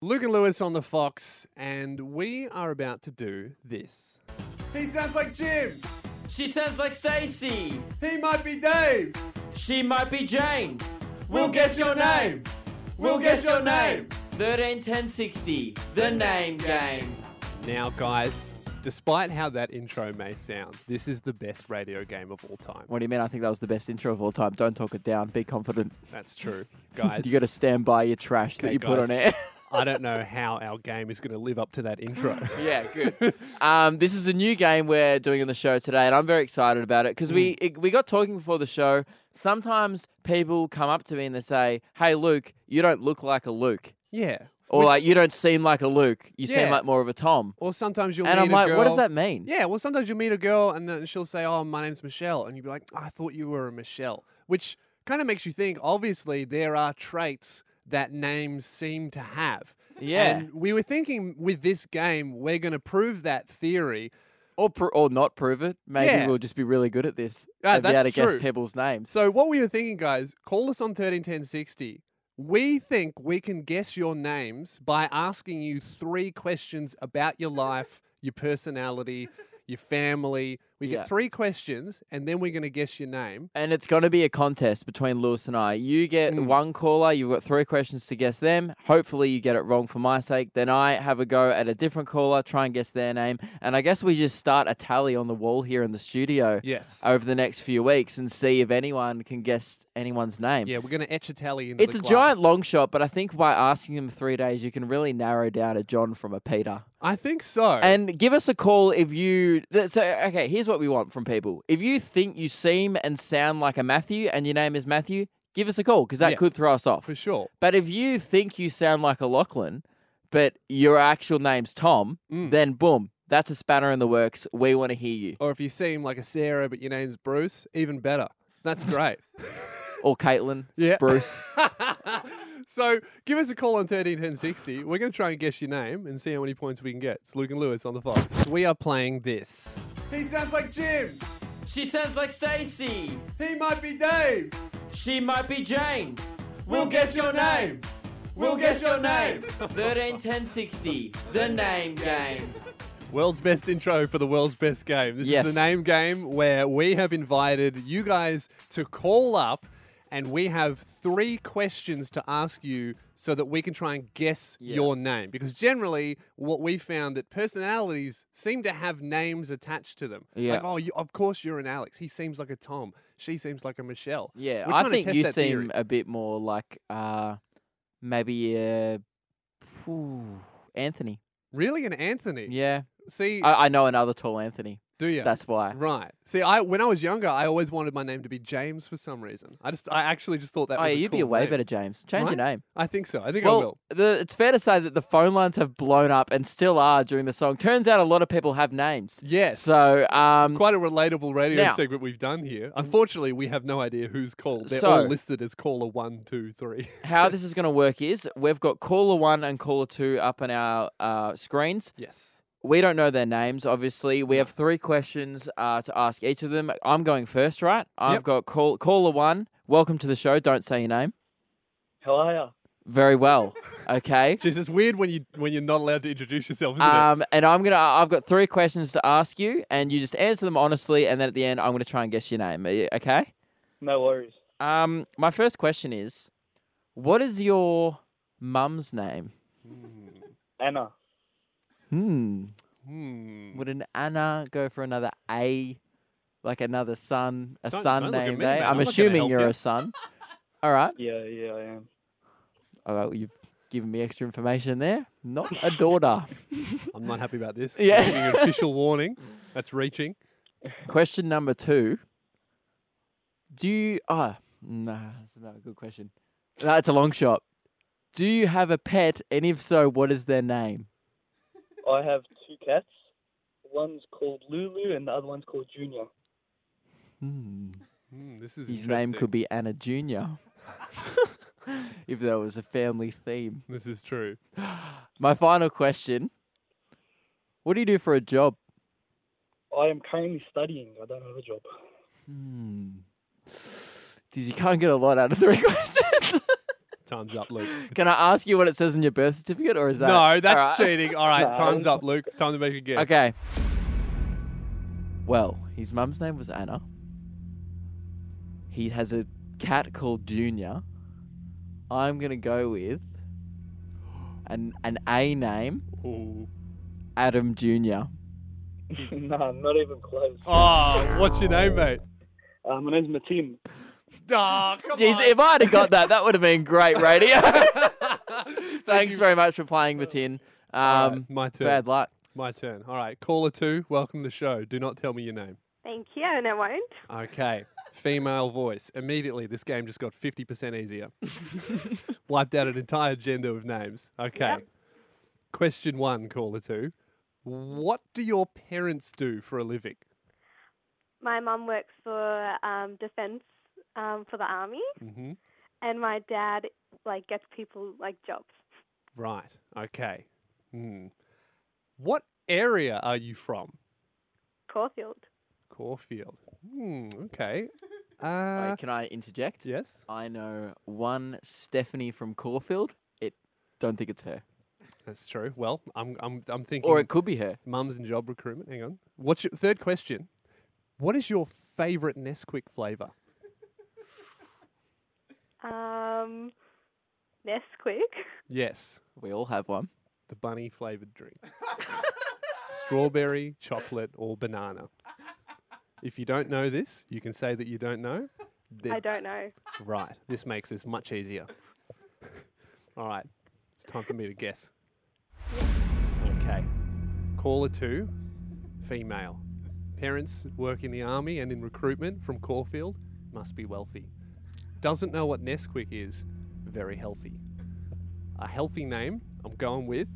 Luke and Lewis on the Fox, and we are about to do this. He sounds like Jim. She sounds like Stacy. He might be Dave. She might be Jane. We'll guess your name. We'll guess your name. 13 10 60. The name game. Now, guys, despite how that intro may sound, this is the best radio game of all time. What do you mean? I think that was the best intro of all time. Don't talk it down. Be confident. That's true, guys. You got to stand by your trash that Okay, you put guys. on air. I don't know how our game is going to live up to that intro. yeah, good. Um, this is a new game we're doing on the show today, and I'm very excited about it because we it, we got talking before the show. Sometimes people come up to me and they say, "Hey, Luke, you don't look like a Luke." yeah. Or Which- like you don't seem like a Luke. You Yeah. seem like more of a Tom. or sometimes you'll And meet I'm a like, what does girl- that mean? Yeah, well, sometimes you'll meet a girl and then she'll say, "Oh, my name's Michelle," and you'll be like, "Oh, "I thought you were a Michelle," which kind of makes you think. Obviously, there are traits that names seem to have. Yeah. And we were thinking with this game, we're going to prove that theory. Or pro- or not prove it. Maybe Yeah. we'll just be really good at this. Ah, and be able to that's true. guess people's names. So what we were thinking, guys, call us on thirteen ten sixty. We think we can guess your names by asking you three questions about your life, your personality, your family. We Yeah. get three questions, and then we're going to guess your name. And it's going to be a contest between Lewis and I. You get Mm. one caller, you've got three questions to guess them. Hopefully, you get it wrong for my sake. Then I have a go at a different caller, try and guess their name. And I guess we just start a tally on the wall here in the studio Yes. over the next few weeks and see if anyone can guess anyone's name. yeah, we're going to etch a tally into It's the a giant class. long shot, but I think by asking them three days, you can really narrow down a John from a Peter. I think so. And give us a call if you. th- So, okay, here's what we want from people. If you think you seem and sound like a Matthew and your name is Matthew, give us a call because that Yeah. could throw us off. for sure. But if you think you sound like a Lachlan, but your actual name's Tom, Mm. then boom, that's a spanner in the works. We want to hear you. Or if you seem like a Sarah but your name's Bruce, even better. That's great. Or Caitlin, Yeah. Bruce. so give us a call on 131060. We're going to try and guess your name and see how many points we can get. It's Luke and Lewis on the Fox. We are playing this. He sounds like Jim. She sounds like Stacy. He might be Dave. She might be Jane. We'll guess your name. We'll guess your name. 13 10 60. The name game. World's best intro for the world's best game. This Yes. is the name game where we have invited you guys to call up and we have three questions to ask you so that we can try and guess Yeah. your name. Because generally, what we found that personalities seem to have names attached to them. Yeah. Like, oh, you, of course you're an Alex. He seems like a Tom. She seems like a Michelle. Yeah, We're I trying to think test you that seem theory. a bit more like uh, maybe uh, phew, Anthony. Really, an Anthony? Yeah, See, I, I know another tall Anthony. do you? That's why. Right. See, I when I was younger, I always wanted my name to be James for some reason. I just, I actually just thought that. Oh, was yeah, a you'd be a cool way name. better James. Change your name. I think so. I think I will. Well, the, it's fair to say that the phone lines have blown up and still are during the song. Turns out a lot of people have names. Yes. So, um, Quite a relatable radio Now- Mm. segment we've done here. Unfortunately, we have no idea who's called. They're all So- listed as caller one, two, three. how this is going to work is we've got caller one and caller two up on our uh, screens. Yes. We don't know their names, obviously. We have three questions uh, to ask each of them. I'm going first, right? I've Yep. got call, caller one. Welcome to the show. Don't say your name. How are ya? Very well. Okay. Jeez, it's weird when you when you're not allowed to introduce yourself, isn't it? Um, and I'm gonna. I've got three questions to ask you, and you just answer them honestly. And then at the end, I'm gonna try and guess your name. Are you- Okay. No worries. Um, my first question is, what is your mum's name? Anna. Hmm. Hmm. Would an Anna go for another A, like another son, a Don't- son don't look at name? me, eh? mate. I'm not I'm gonna assuming help you're you. a son. All right. Yeah, yeah, I am. All right. Well, you've given me extra information there. Not a daughter. I'm not happy about this. Yeah. Giving an official warning. That's reaching. Question number two. Do you? Ah, nah, that's not a good question. That's a long shot. Do you have a pet, and if so, what is their name? I have two cats. One's called Lulu and the other one's called Junior. Hmm. Hmm, this is His name interesting. could be Anna Junior. if there was a family theme. This is true. My final question. What do you do for a job? I am currently studying. I don't have a job. Hmm. Geez, you can't get a lot out of three questions. Time's up, Luke. Can I ask you what it says on your birth certificate, or is that no, that's All right. cheating. All right, No. time's up, Luke. It's time to make a guess. Okay. Well, his mum's name was Anna. He has a cat called Junior. I'm gonna go with an an A name, Ooh. Adam Junior. nah, not even close. Oh, what's your name, mate? Uh, my name's Mateen. Oh, come Jeez, on. if I'd have got that, that would have been great radio. Thank Thanks you. very much for playing, Matin. All right, Um, my turn. bad luck. My turn. All right, caller two, welcome to the show. Do not tell me your name. Thank you, and I won't. Okay. Female voice. Immediately, this game just got 50% easier. Wiped out an entire agenda of names. Okay. Yep. Question one, caller two. What do your parents do for a living? My mum works for um, defence um, for the army, hmm and my dad like gets people like jobs. Right. Okay. Hmm. What area are you from? Caulfield. Caulfield. Hmm. Okay. Uh, Wait, can I interject? yes. I know one Stephanie from Caulfield. It don't think it's her, That's true. Well, I'm I'm I'm thinking. or it could be her. Mums and job recruitment. Hang on. What's your third question? What is your favorite Nesquik flavor? Um, Nesquik. Yes, We all have one. the bunny flavored drink. Strawberry, chocolate, or banana. If you don't know this, you can say that you don't know. Then- I don't know. Right. This makes this much easier. All right. It's time for me to guess. Okay. Caller two, female. Parents work in the army and in recruitment from Caulfield. Must be wealthy. Doesn't know what Nesquik is. Very healthy. A healthy name. I'm going with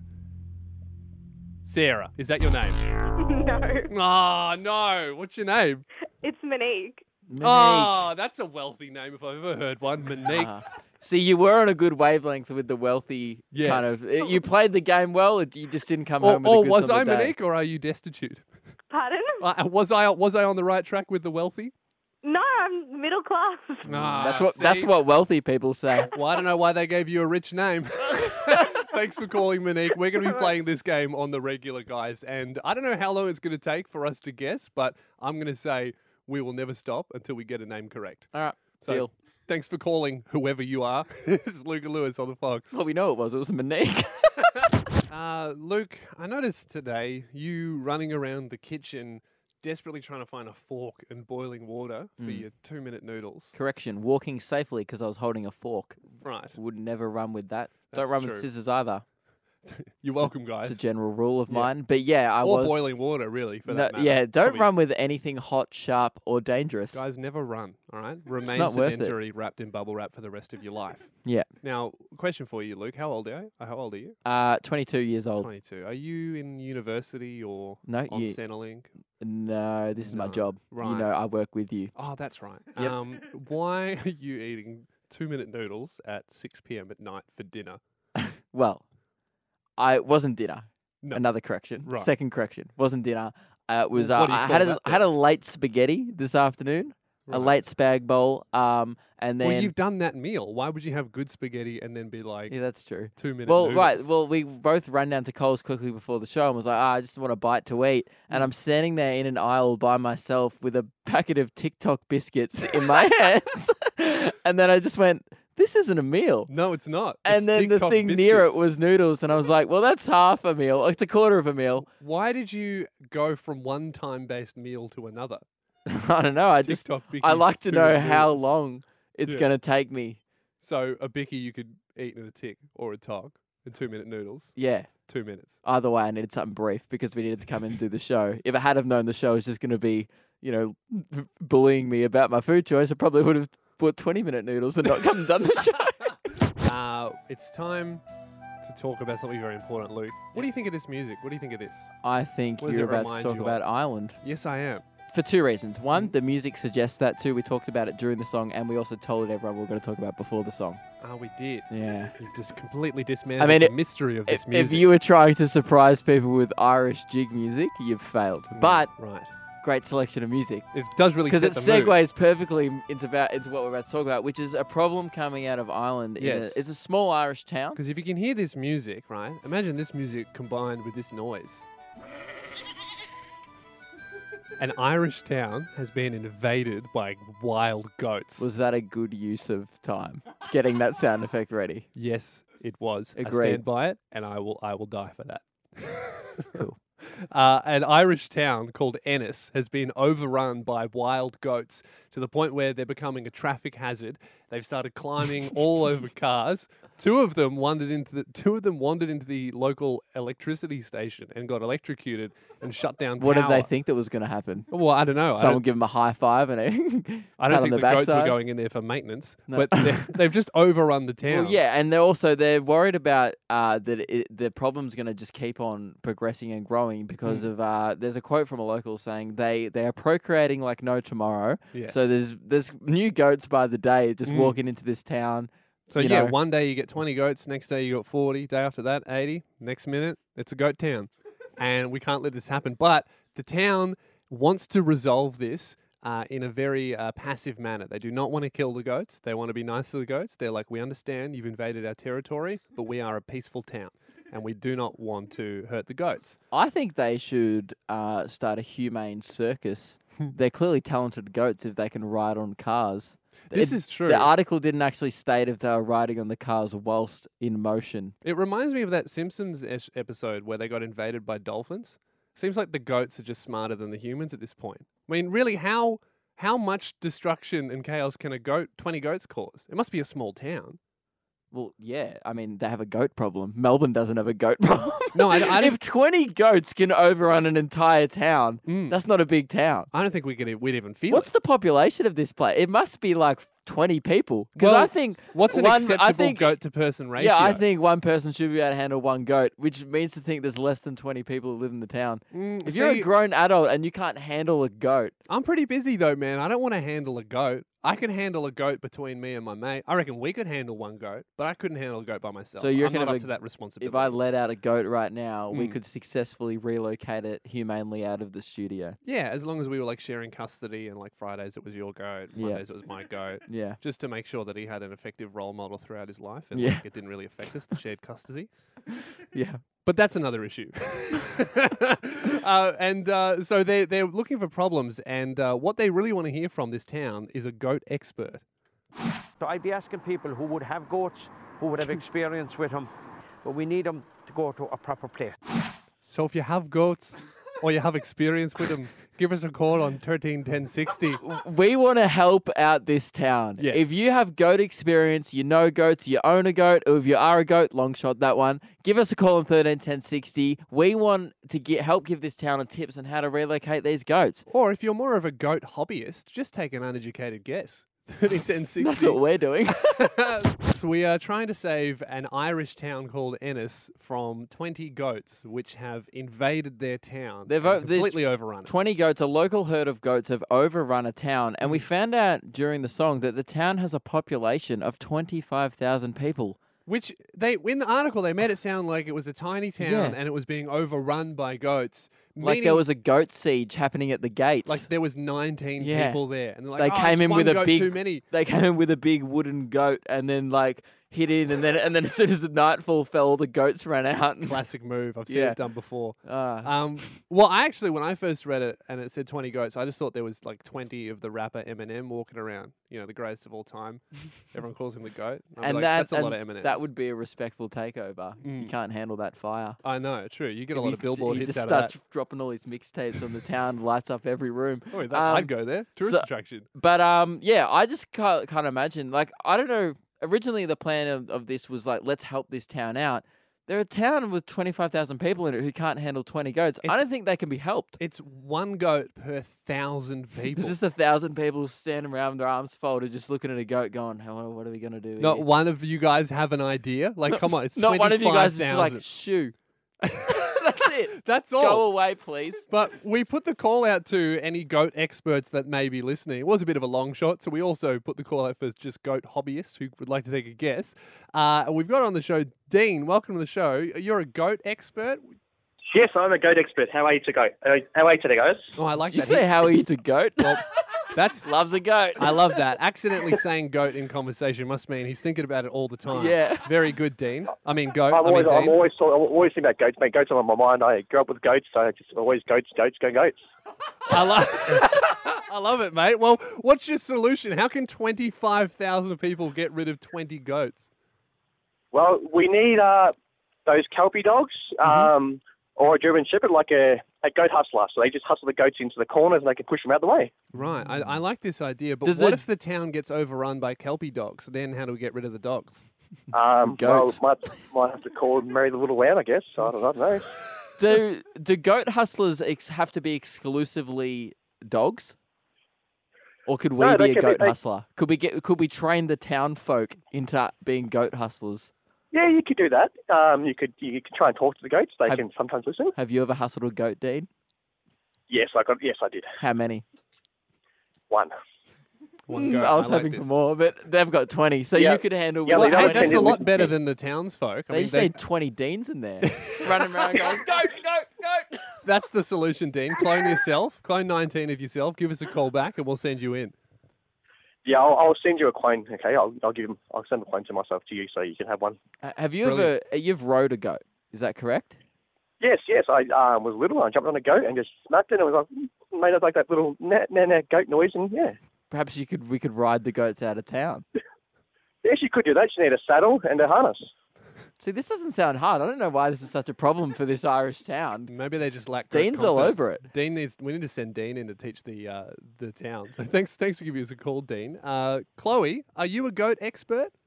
Sarah. Is that your name? no, Ah, no. What's your name? it's Monique. Monique. Ah, that's a wealthy name if I've ever heard one. Monique. Ah. See, you were on a good wavelength with the wealthy Yes. kind of. it- you played the game well. It, you just didn't come Or, home. With or the goods was on I the day. Monique, or are you destitute? Pardon? Oh. Uh, was I was I on the right track with the wealthy? No, I'm middle class. Ah, That's what. That's see? what wealthy people say. Well, I don't know why they gave you a rich name. Thanks for calling, Monique. We're going to be playing this game on the regular, guys, and I don't know how long it's going to take for us to guess, but I'm going to say we will never stop until we get a name correct. All right. So, deal. thanks for calling, whoever you are. this is Luke and Lewis on the Fox. Well, we know it was. It was Monique. Uh, Luke, I noticed today you running around the kitchen desperately trying to find a fork and boiling water for Mm. your two minute noodles. Correction. Walking safely because I was holding a fork. Right. Would never run with that. Don't That's run true. with scissors either. You're welcome, guys. It's a general rule of Yeah. mine. But yeah, I or was. boiling water, really, for that No, matter. yeah, don't Probably- run with anything hot, sharp, or dangerous. Guys, never run, all right? Remain not worth it. sedentary, wrapped in bubble wrap for the rest of your life. Yeah. Now, question for you, Luke. How old are you? How old are you? Uh, 22 years old. 22. Are you in university or No, on you, Centrelink? no, this is my No, job. right. You know, I work with you. Oh, that's right. Yep. Um, why are you eating two minute noodles at 6 p.m. at night for dinner? Well, I it wasn't dinner. No. Another correction. Right. Second correction. Wasn't dinner. Uh, it was Well, uh, what do you I call had that a, I had a late spaghetti this afternoon, a Right. late spag bowl. Um, and then Well, you've done that meal. Why would you have good spaghetti and then be like yeah, that's true. two minute Well, noodles? right. Well, we both ran down to Coles quickly before the show and was like, ah, I just want a bite to eat. Mm. And I'm standing there in an aisle by myself with a packet of TikTok biscuits in my hands. and then I just went, this isn't a meal. no, it's not. It's And then the TikTok thing near it biscuits. was noodles. And I was like, well, that's half a meal. It's a quarter of a meal. Why did you go from one time based meal to another? I don't know. I just, TikTok Bicky. I like to two minute know how noodles. long it's Yeah. going to take me. So a Bicky you could eat in a tick or a tog and two minute noodles. Yeah. Two minutes. Either way, I needed something brief because we needed to come in and do the show. If I had have known the show was just going to be, you know, bullying me about my food choice, I probably would have bought 20 minute noodles and not come and done the show. Uh, it's time to talk about something very important, Luke. What do you think of this music? What do you think of this? I think What does you're it about to remind talk you of? Hmm? about Ireland Yes, I am. for two reasons. One, the music suggests that. Two, we talked about it during the song, and we also told everyone we were going to talk about it before the song. Ah, we did. Yeah. You've just completely dismantled mean, the it- mystery of If, this if music. you were trying to surprise people with Irish jig music, you've failed. Mm, But right. great selection of music It does really because set it the mood. segues perfectly into about into what we're about to talk about, which is a problem coming out of Ireland. in a- Yes. it's a small Irish town. Because if you can hear this music, right? Imagine this music combined with this noise. An Irish town has been invaded by wild goats. Was that a good use of time getting that sound effect ready? yes, it was. I Agreed. stand by it, and I will. I will die for that. Cool. Uh, an Irish town called Ennis has been overrun by wild goats to the point where they're becoming a traffic hazard. They've started climbing all over cars. Two of them wandered into the two of them wandered into the local electricity station and got electrocuted and shut down. What did power. they think that was going to happen? Well, I don't know. I Someone don't, give them a high five and a I pat don't think on the, the, goats were backside? going in there for maintenance, No. but they're- they've just overrun the town. Well, yeah, and they're also they're worried about uh, that it, the problem's going to just keep on progressing and growing because Mm. of uh, there's a quote from a local saying they they are procreating like no tomorrow. Yes. So there's there's new goats by the day just Mm. walking into this town. So you yeah, know. one day you get 20 goats, next day you got 40, day after that 80, next minute it's a goat town. And we can't let this happen. But the town wants to resolve this uh, in a very uh, passive manner. They do not want to kill the goats. They want to be nice to the goats. They're like, we understand you've invaded our territory, but we are a peaceful town and we do not want to hurt the goats. I think they should uh, start a humane circus. they're clearly talented goats if they can ride on cars. This It- is true. The article didn't actually state if they were riding on the cars whilst in motion. It reminds me of that Simpsons es- episode where they got invaded by dolphins. Seems like the goats are just smarter than the humans at this point. I mean, really, how how much destruction and chaos can a goat, twenty goats, cause? It must be a small town. Well, yeah. I mean, they have a goat problem. Melbourne doesn't have a goat problem. No, I d- I if 20 goats can overrun an entire town, Mm. that's not a big town. I don't think we could e- we'd even feel What's it. the population of this place? It must be like 20 people. Because Well, I think. What's an one, I acceptable think, goat to person ratio? Yeah, I think one person should be able to handle one goat, which means to think there's less than 20 people who live in the town. Mm, If you're a see, grown adult and you can't handle a goat, I'm pretty busy though, man. I don't want to handle a goat. I can handle a goat between me and my mate. I reckon we could handle one goat, but I couldn't handle a goat by myself. So you're I'm gonna not have up a- to that if responsibility. I let out a goat right now, we Mm. could successfully relocate it humanely out of the studio. Yeah, as long as we were like sharing custody and like Fridays it was your goat, Yeah. Mondays it was my goat, Yeah. just to make sure that he had an effective role model throughout his life and Yeah. like, it didn't really affect us, the shared custody. Yeah. But that's another issue. uh, and uh, so they're, they're looking for problems, and uh, what they really want to hear from this town is a goat expert. So I'd be asking people who would have goats, who would have experience with them, but we need them to go to a proper place. So if you have goats or you have experience with them, give us a call on 131060. We want to help out this town. Yes. If you have goat experience, you know goats, you own a goat, or if you are a goat, long shot that one. Give us a call on thirteen ten sixty. We want to get help give this town a tips on how to relocate these goats. Or if you're more of a goat hobbyist, just take an uneducated guess. 131060. That's what we're doing. So we are trying to save an Irish town called Ennis from 20 goats, which have invaded their town. They've and o- there's completely overrun it. 20 goats, a local herd of goats, have overrun a town, and we Mm. found out during the song that the town has a population of 25,000 people. which they in the article they made it sound like it was a tiny town Yeah. and it was being overrun by goats. Like meaning, there was a goat siege happening at the gates. like there was 19 Yeah. people there, and they're they like, "Oh, came it's in one with a goat big too many. they came in with a big wooden goat and then like hit in and then and then as soon as the nightfall fell all the goats ran out and, Classic move. I've seen Yeah. it done before. uh, Um, well, I actually, when I first read it and it said 20 goats, I just thought there was like 20 of the rapper Eminem walking around, you know, the greatest of all time. Everyone calls him the goat. I'd be and like, that, that's a lot and of Eminem. that would be a respectful takeover you Mm. can't handle that fire I know, true. You get a If lot you of d- billboard he hits just out starts of dropping all his mixtapes on the town lights up every room that. Oh, that Um, I'd go there. Tourist so- attraction. But um, yeah, I just can't, can't imagine. Like, I don't know. Originally, the plan of, of this was like, let's help this town out. They're a town with 25,000 people in it who can't handle 20 goats. I It's- don't think they can be helped. It's one goat per thousand people. There's just a thousand people standing around with their arms folded, just looking at a goat going, "Hello, what are we going to do? Not here?" one of you guys have an idea. Like, come on, it's Not one of you guys is just like, 25,000. shoo. That's it. That's all. Go away, please. But we put the call out to any goat experts that may be listening. It was a bit of a long shot, so we also put the call out for just goat hobbyists who would like to take a guess. Uh, and we've got on the show Dean. Welcome to the show. You're a goat expert. Yes, I'm a goat expert. How are you to go? uh, How are you today, guys? Oh, I like Did you that. say how are you to goat? He- that's Loves a goat. I love that. Accidentally saying goat in conversation must mean he's thinking about it all the time. Yeah. Very good, Dean. I mean goat. I'm I mean always, I'm Dean. always, I'm always thinking about goats. Mate, goats are on my mind. I grew up with goats, so it's just always goats, goats, go goats. I love I love it, mate. Well, what's your solution? How can twenty five thousand people get rid of twenty goats? Well, we need uh, those Kelpie dogs um, Mm-hmm. or a German Shepherd, like a, a goat hustler. So they just hustle the goats into the corners and they can push them out the way. Right. I, I like this idea, but Does what it- if the town gets overrun by Kelpie dogs? Then how do we get rid of the dogs? Um, Goats. Well, might, might have to call Mary the Little Lamb, I guess. I don't, I don't know. Do do goat hustlers ex- have to be exclusively dogs? Or could we No, be they a can be- goat they- hustler? Could we get could we train the town folk into being goat hustlers? Yeah, you could do that. Um, you could you could try and talk to the goats. They Have- can sometimes listen. Have you ever hustled a goat, Dean? Yes, I got. Yes, I did. How many? One. One Mm, goat. I was like hoping this. for more, but they've got twenty, so Yeah. you could handle. Yeah, Well, one. they don't hey, let that's a anyone lot speak. better than the townsfolk. I They mean, just they- need twenty deans in there, running around going goat, goat, goat. that's the solution, Dean. Clone yourself. Clone 19 of yourself. Give us a call back and we'll send you in. Yeah, I'll, I'll send you a clone. Okay, I'll, I'll give him. I'll send a clone to myself to you, so you can have one. Uh, Have you Brilliant. ever? uh, You've rode a goat, is that correct? Yes, yes. I um, was little. I jumped on a goat and just smacked it. And it was like mm, made up like that little na na na goat noise. And yeah, Perhaps you could. We could ride the goats out of town. yes, you could do that. You need a saddle and a harness. See, this doesn't sound hard. I don't know why this is such a problem for this Irish town. Maybe they just lack. Dean's all over it. Dean needs. We need to send Dean in to teach the uh, the town. So thanks, thanks for giving us a call, Dean. Uh, Chloe, are you a goat expert?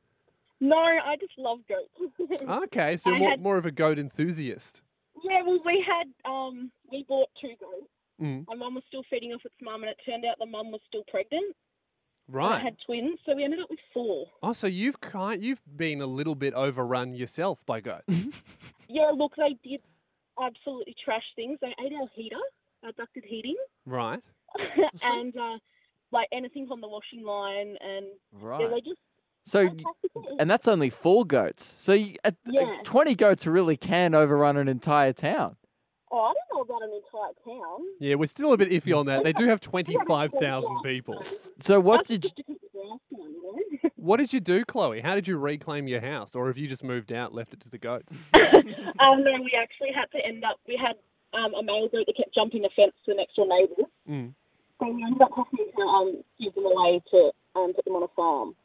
No, I just love goats. Okay, so I more, had- more of a goat enthusiast. yeah, well, we had um, we bought two goats. Mm. My mum was still feeding off its mum, and it turned out the mum was still pregnant. and Right. It had twins, so we ended up with four. Oh, so you've kind, you've been a little bit overrun yourself by goats. Mhm. Yeah, look, they did absolutely trash things. They ate our heater, our ducted heating, right. and uh, like anything on the washing line, and yeah, they Right. just So, fantastic. and that's only four goats. So, you, uh, Yeah. twenty goats really can overrun an entire town. Oh, I don't know about an entire town. Yeah, we're still a bit Mm. iffy on that. They do have twenty five thousand people. So, what That's did? just because it's our town, you know? What did you do, Chloe? How did you reclaim your house, or have you just moved out, left it to the goats? um, no, we actually had to end up. We had um, a male goat that kept jumping the fence to the next door neighbours. Mm. So we ended up having to um, give them away to um, put them on a farm.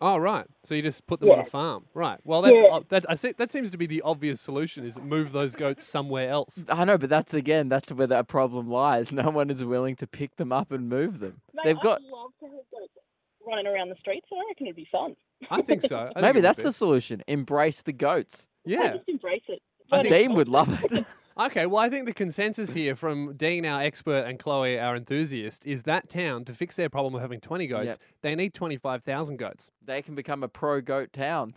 Oh right, so you just put them on a Yeah. farm, right? Well, that's Yeah. uh, that. I see, that seems to be the obvious solution: is move those goats somewhere else. you- I know, but that's again, that's where the problem lies. No one is willing to pick them up and move them. Mate, They've got. I'd love to have goats running around the streets. I reckon it'd be fun. I think so. I think it Maybe would that's be. the solution. Embrace the goats. I yeah. just embrace it. I But think- Dean would love it. Okay. Well, I think the consensus here from Dean, our expert, and Chloe, our enthusiast, is that town to fix their problem of having twenty goats, Yep. they need twenty five thousand goats. they can become a pro goat town.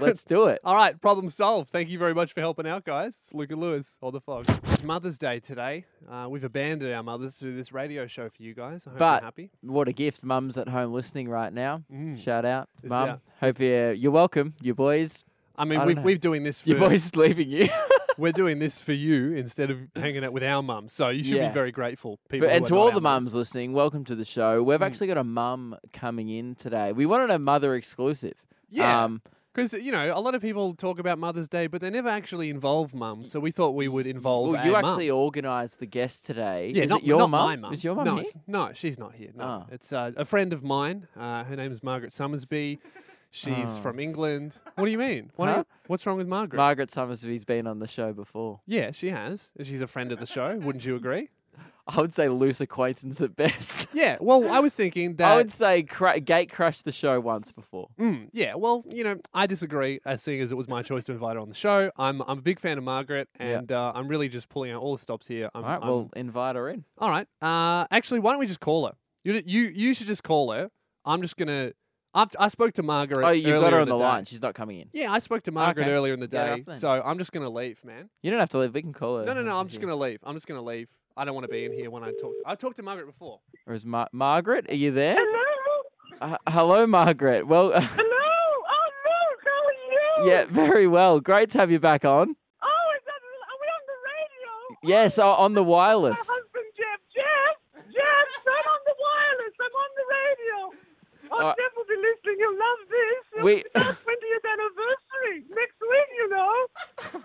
Let's do it. All right, problem solved. Thank you very much for helping out, guys. It's Luke and Lewis on the Fox. It's Mother's Day today. Uh, we've abandoned our mothers to do this radio show for you guys. I hope But- you're happy. What a gift. Mum's at home listening right now. Mm. Shout out, Is Mum. that- Hope you're, you're welcome. You boys. I I mean, don't we've, know. we've doing this for Your boys leaving you. we're doing this for you instead of hanging out with our mums. So you should Yeah. be very grateful, people. But, who and are to not all our Mm. the mums listening, welcome to the show. We've actually got a mum coming in today. We wanted a mother exclusive. Yeah. Um, Because, you know, a lot of people talk about Mother's Day, but they never actually involve mums. So we thought we would involve. well, you a mum. actually organised the guest today. Yeah, Is not, it your not mum? my mum. Is your mum no, here? it's- No, she's not here. No, Ah. it's uh, a friend of mine. Uh, her name is Margaret Summersby. She's Oh. from England. What do you mean? Why Huh? don't- What's wrong with Margaret? Margaret Summersby's been on the show before. yeah, she has. She's a friend of the show. Wouldn't you agree? I would say loose acquaintance at best. Yeah. Well, I was thinking that. I would say cra- gate crashed the show once before. Mm, yeah, well, you know, I disagree. As seeing as it was my choice to invite her on the show, I'm I'm a big fan of Margaret, Yeah. and uh, I'm really just pulling out all the stops here. I'm, All right, I'm- well, invite her in. all right. Uh, actually, why don't we just call her? You you you should just call her. I'm just gonna. I, I spoke to Margaret. Oh, you earlier got her in on the day. line. She's not coming in. Yeah, I spoke to Margaret Okay. earlier in the Get her day, up then. so I'm just gonna leave, man. You don't have to leave. We can call her. No, no, no. I'm She's just here. gonna leave. I'm just gonna leave. I don't want to be in here when I talk. To, I've talked to Margaret before. Or is Mar- Margaret? Are you there? Hello, Uh, hello, Margaret. Well, hello. Oh no, how are you? yeah, very well. Great to have you back on. Oh, is that, are we on the radio? Yes, o- on the wireless. husband Jeff. Jeff, Jeff, turn on the wireless. I'm on the radio. Oh, Uh, Jeff will be listening. You'll love this. It'll We- be our 20th anniversary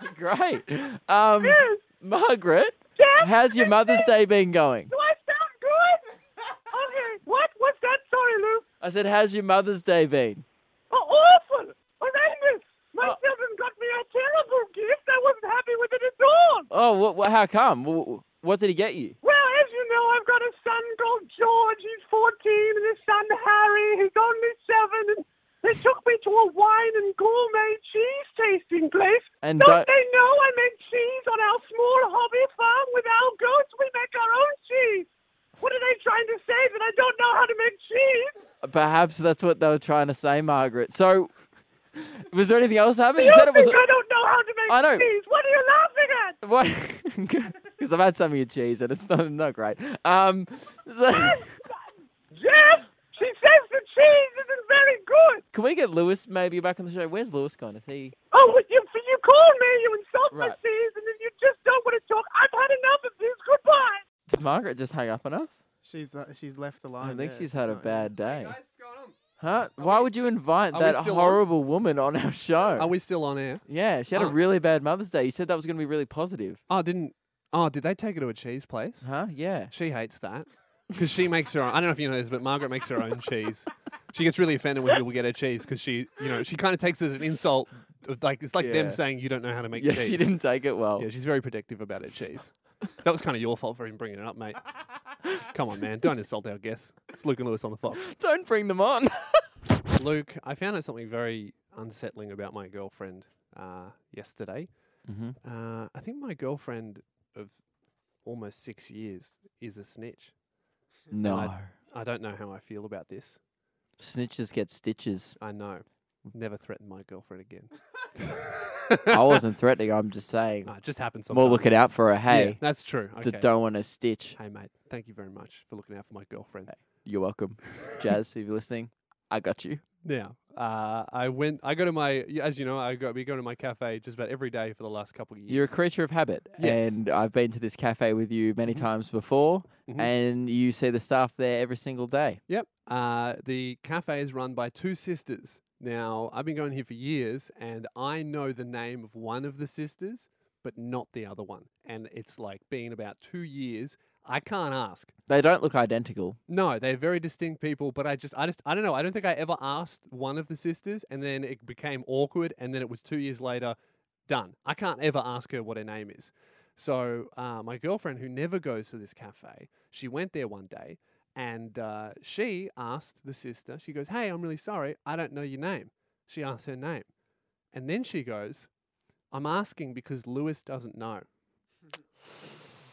next week, you know. Great. Um, Yes. Margaret, Jeff, how's your Mother's Day been going? do I sound good? Okay, what? What's that? Sorry, Lou. I said, how's your Mother's Day been? Oh, awful. Horrendous. My Oh. children got me a terrible gift. I wasn't happy with it at all. Oh, wha wha how come? Wh- wh- What did he get you? Well, as you know, I've got a son called George. He's 14, and his son Harry. He's only seven. And they took me to a wine and gourmet cheese tasting place. And Don't don't, they know I make cheese on our small hobby farm with our goats? We make our own cheese. What are they trying to say? That I don't know how to make cheese? perhaps that's what they were trying to say, Margaret. So, was there anything else happening? You You said it think was. I don't know how to make I know. cheese? What are you laughing at? What? Because I've had some of your cheese and it's not not great. Um, so, Jeff, she says the cheese isn't very good. can we get Lewis maybe back on the show? Where's Lewis gone? Is he? Oh, well, you, you call me, you insult my Right. cheese, and then you just don't want to talk. I've had enough of this. Goodbye. Did Margaret just hang up on us? She's uh, she's left the I line. think yeah, she's had a not- bad Hey, day. guys, what's going on? Huh? Why would you invite are we that still on? horrible woman on our show? Are we still on air? yeah, she had a Oh. really bad Mother's Day. You said that was going to be really positive. Oh, didn't. Oh, did they take her to a cheese place? Huh? Yeah. She hates that because she makes her own. I don't know if you know this, but Margaret makes her own cheese. She gets really offended when people get her cheese because she, you know, she kind of takes it as an insult. of, Like it's like Yeah. them saying you don't know how to make Yeah, cheese. she didn't take it well. Yeah, she's very protective about her cheese. That was kind of your fault for even bringing it up, mate. Come on, man. Don't insult our guests. It's Luke and Lewis on the Fox. Don't bring them on. Luke, I found out something very unsettling about my girlfriend uh, yesterday. Mhm. Uh, I think my girlfriend of almost six years is a snitch. no. I don't know how I feel about this. Snitches get stitches. I know. Never threaten my girlfriend again. I wasn't threatening. I'm just saying. Uh, it just happens sometimes. More looking out for her. Yeah, Hey, that's true. d- Okay. don't want to stitch. Hey, mate. Thank you very much for looking out for my girlfriend. You're welcome. Jazz, if you're listening, I got you. Now, uh, I went. I go to my, y- as you know, I go. We go to my cafe just about every day for the last couple of years. You're a creature of habit. Yes. Mm-hmm. And I've been to this cafe with you many times before, Mhm. and you see the staff there every single day. Yep. Uh, the cafe is run by two sisters. Now, I've been going here for years, and I know the name of one of the sisters, but not the other one. And it's like been about two years. I can't ask. They don't look identical. No, they're very distinct people, but I just, I just, I don't know. I don't think I ever asked one of the sisters, and then it became awkward, and then it was two years later, done. I can't ever ask her what her name is. So uh, my girlfriend, who never goes to this cafe, she went there one day, and uh, she asked the sister. She goes, "Hey, I'm really sorry. I don't know your name." She asked her name, and then she goes, "I'm asking because Lewis doesn't know."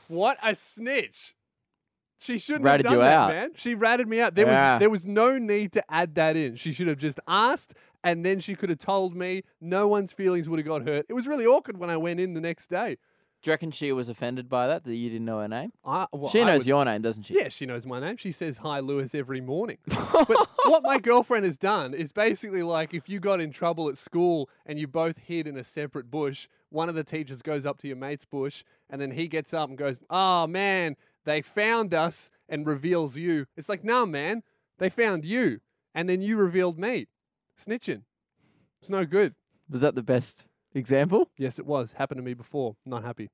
what a snitch! She shouldn't Ratted have done you that, out. man. She ratted me out. There Yeah. was there was no need to add that in. She should have just asked, and then she could have told me. No one's feelings would have got hurt. It was really awkward when I went in the next day. Do you reckon she was offended by that, that you didn't know her name? I, well, she I knows would- your name, doesn't she? Yeah, she knows my name. She says hi, Lewis, every morning. but what my girlfriend has done is basically like if you got in trouble at school and you both hid in a separate bush, one of the teachers goes up to your mate's bush and then he gets up and goes, Oh man, they found us and reveals you. It's like, no, man, they found you. And then you revealed me. Snitching. It's no good. Was that the best example? Yes, it was. Happened to me before. Not happy.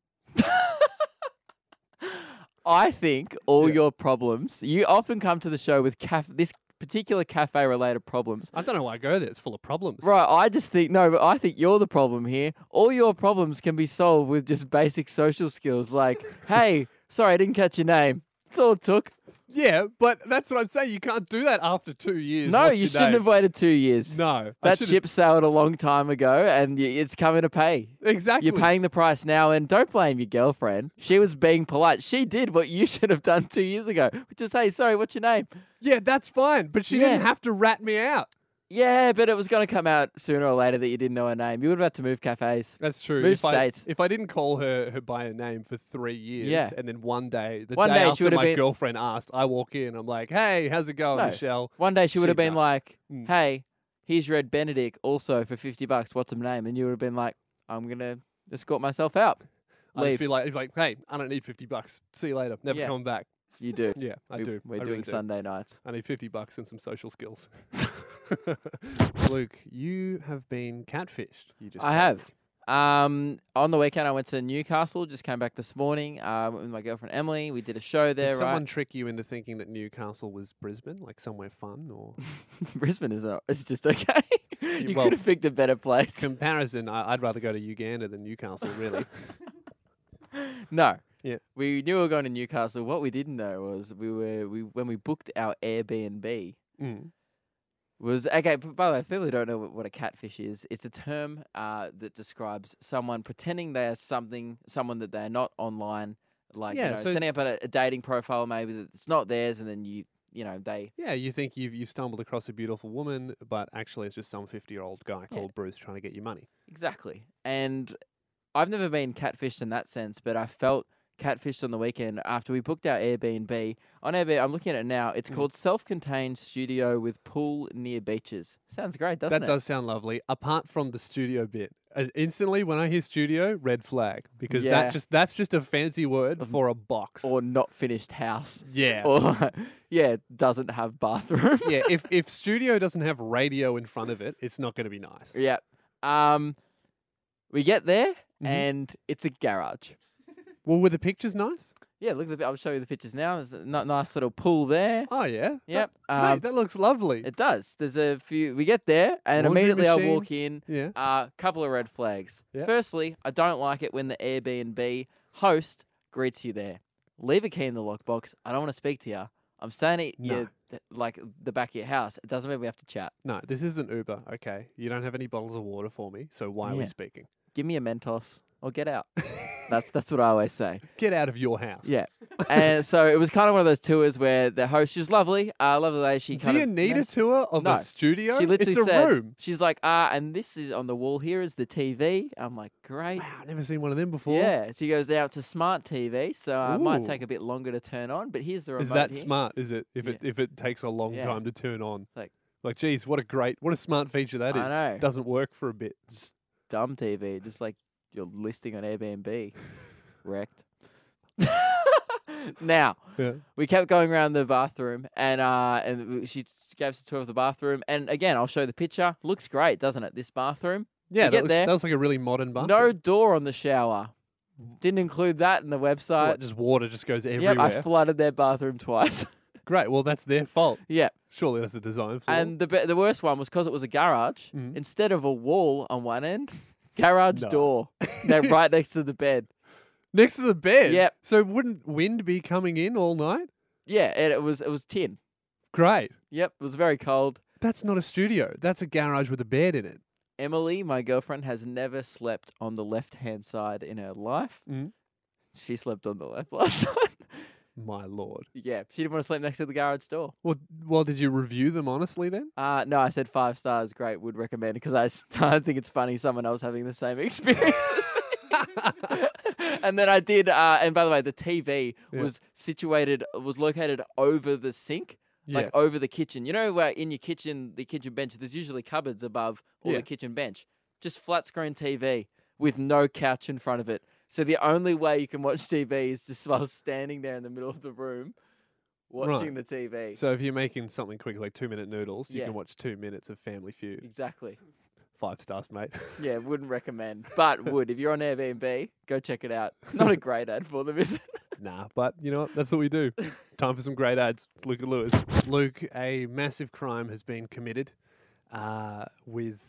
I think all Yeah. your problems, you often come to the show with caf- this particular cafe related problems. I don't know why I go there. It's full of problems. Right, I just think no, but I think you're the problem here. All your problems can be solved with just basic social skills like, hey, sorry, I didn't catch your name. It's all it took. Yeah, but that's what I'm saying. You can't do that after two years. No, What's you your shouldn't name? have waited two years. No, I That should've- ship sailed a long time ago and y- it's coming to pay. Exactly. You're paying the price now, and don't blame your girlfriend. She was being polite. She did what you should have done two years ago, which is, hey, sorry, what's your name? Yeah, that's fine. But she didn't Yeah. have to rat me out. Yeah, but it was going to come out sooner or later that you didn't know her name. You would have had to move cafes. That's true. Move if I, states. if I didn't call her, her by her name for three years, Yeah. and then one day, the One day, day she after would've my been- girlfriend asked, I walk in, I'm like, "Hey, how's it going, No. Michelle?" One day she would have She'd been know. like, Mm. hey, here's Red Benedict also for 50 bucks. What's her name? And you would have been like, I'm going to escort myself out. I'd just Leave. be like, like, hey, I don't need 50 bucks. See you later. Never Yeah. coming back. You do. Yeah, I We- do. We're I doing really do. Sunday nights. I need 50 bucks and some social skills. Luke, you have been catfished. You just I told have. me. Um, on the weekend, I went to Newcastle. Just came back this morning uh, with my girlfriend Emily. We did a show Did there. someone trick you into thinking that Newcastle was Brisbane, like somewhere fun or right? Brisbane is not. It's just okay. you well, could have picked a better place. comparison? I, I'd rather go to Uganda than Newcastle, really. no. Yeah. We knew we were going to Newcastle. What we didn't know was we were we when we booked our Airbnb Mm. was okay. b- By the way, for people who don't know what, what a catfish is, it's a term uh, that describes someone pretending they are something, someone that they're not online, like Yeah, you know, so- setting up a, a dating profile maybe that's not theirs, and then you you know they Yeah, you think you've you've stumbled across a beautiful woman, but actually it's just some 50 year old guy Yeah. called Bruce trying to get you money. Exactly. And I've never been catfished in that sense, but I felt catfished on the weekend after we booked our Airbnb. On Airbnb, I'm looking at it now. Hmm. It's called Self Contained Studio with Pool Near Beaches. Sounds great, doesn't that it? does sound lovely. Apart from the studio bit, As instantly when I hear studio, red flag because Yeah. that just that's just a fancy word for a box. Or not finished house. yeah. Or, yeah, it doesn't have bathroom. yeah, if if studio doesn't have radio in front of it, it's not going to be nice. yeah. Um, we get there, Mhm. and it's a garage. Well, were the pictures nice? Yeah, look at the. I'll show you the pictures now. There's a ni- nice little pool there. Oh yeah. Yep. That, um, mate, that looks lovely. It does. There's a few. We get there, and Laundry immediately I walk in. yeah. A couple of red flags. Yeah. Firstly, I don't like it when the Airbnb host greets you there. Leave a key in the lockbox. I don't want to speak to you. I'm staying at No. your, th- like the back of your house. It doesn't mean we have to chat. No, this isn't Uber. Okay, you don't have any bottles of water for me, so why are Yeah. we speaking? Give me a Mentos or get out. that's that's what I always say. Get out of your house. Yeah. and so it was kind of one of those tours where the host, she was lovely. Uh, lovely lady. She Do kind you of need a managed- tour of No. a studio? She literally it's a said, room. She's like, ah, and this is on the wall here is the TV. I'm like, great. Wow, never seen one of them before. Yeah, she goes, now it's a smart TV, so uh, it might Ooh. take a bit longer to turn on, but here's the remote. Is that here." smart? Is it if Yeah. it if it takes a long Yeah. time to turn on? like- like, geez, what a great, what a smart feature that is. I know. Doesn't work for a bit. Dumb TV, just like your listing on Airbnb. Wrecked. now, Yeah. we kept going around the bathroom, and uh, and w- she gave us a tour of the bathroom. And again, I'll show the picture. Looks great, doesn't it? This bathroom. Yeah, get that was, there. that was like a really modern bathroom. No door on the shower. Didn't include that in the What, website. just water just goes everywhere. Yep, I flooded their bathroom twice. Great. Well, that's their fault. yeah, Surely that's a design flaw. And the be- the worst one was because it was a garage. Mhm. Instead of a wall on one end, garage No. door. They're right next to the bed. next to the bed. Yep. So wouldn't wind be coming in all night? Yeah, and it was it was tin. Great. Yep, it was very cold. That's not a studio. That's a garage with a bed in it. Emily, my girlfriend, has never slept on the left hand side in her life. Mhm. She slept on the left last time. My lord. yeah, she didn't want to sleep next to the garage door. Well, well, did you review them honestly then? Uh, no, I said five stars. Great, would recommend because I, s- I think it's funny someone else having the same experience. as me. and then I did. Uh, and by the way, the TV Yeah. was situated was located over the sink, Yeah. like over the kitchen. You know, where in your kitchen, the kitchen bench, there's usually cupboards above or Yeah. the kitchen bench. Just flat screen TV with no couch in front of it. So the only way you can watch TV is just while standing there in the middle of the room, watching the TV. So if you're making something quick, like two minute noodles, you Yeah. can watch two minutes of Family Feud. exactly. Five stars, mate. Yeah, wouldn't recommend, but would if you're on Airbnb, go check it out. Not a great ad for them, is it? nah, but you know what? That's what we do. Time for some great ads. It's Luke and Lewis. Luke, a massive crime has been committed uh, with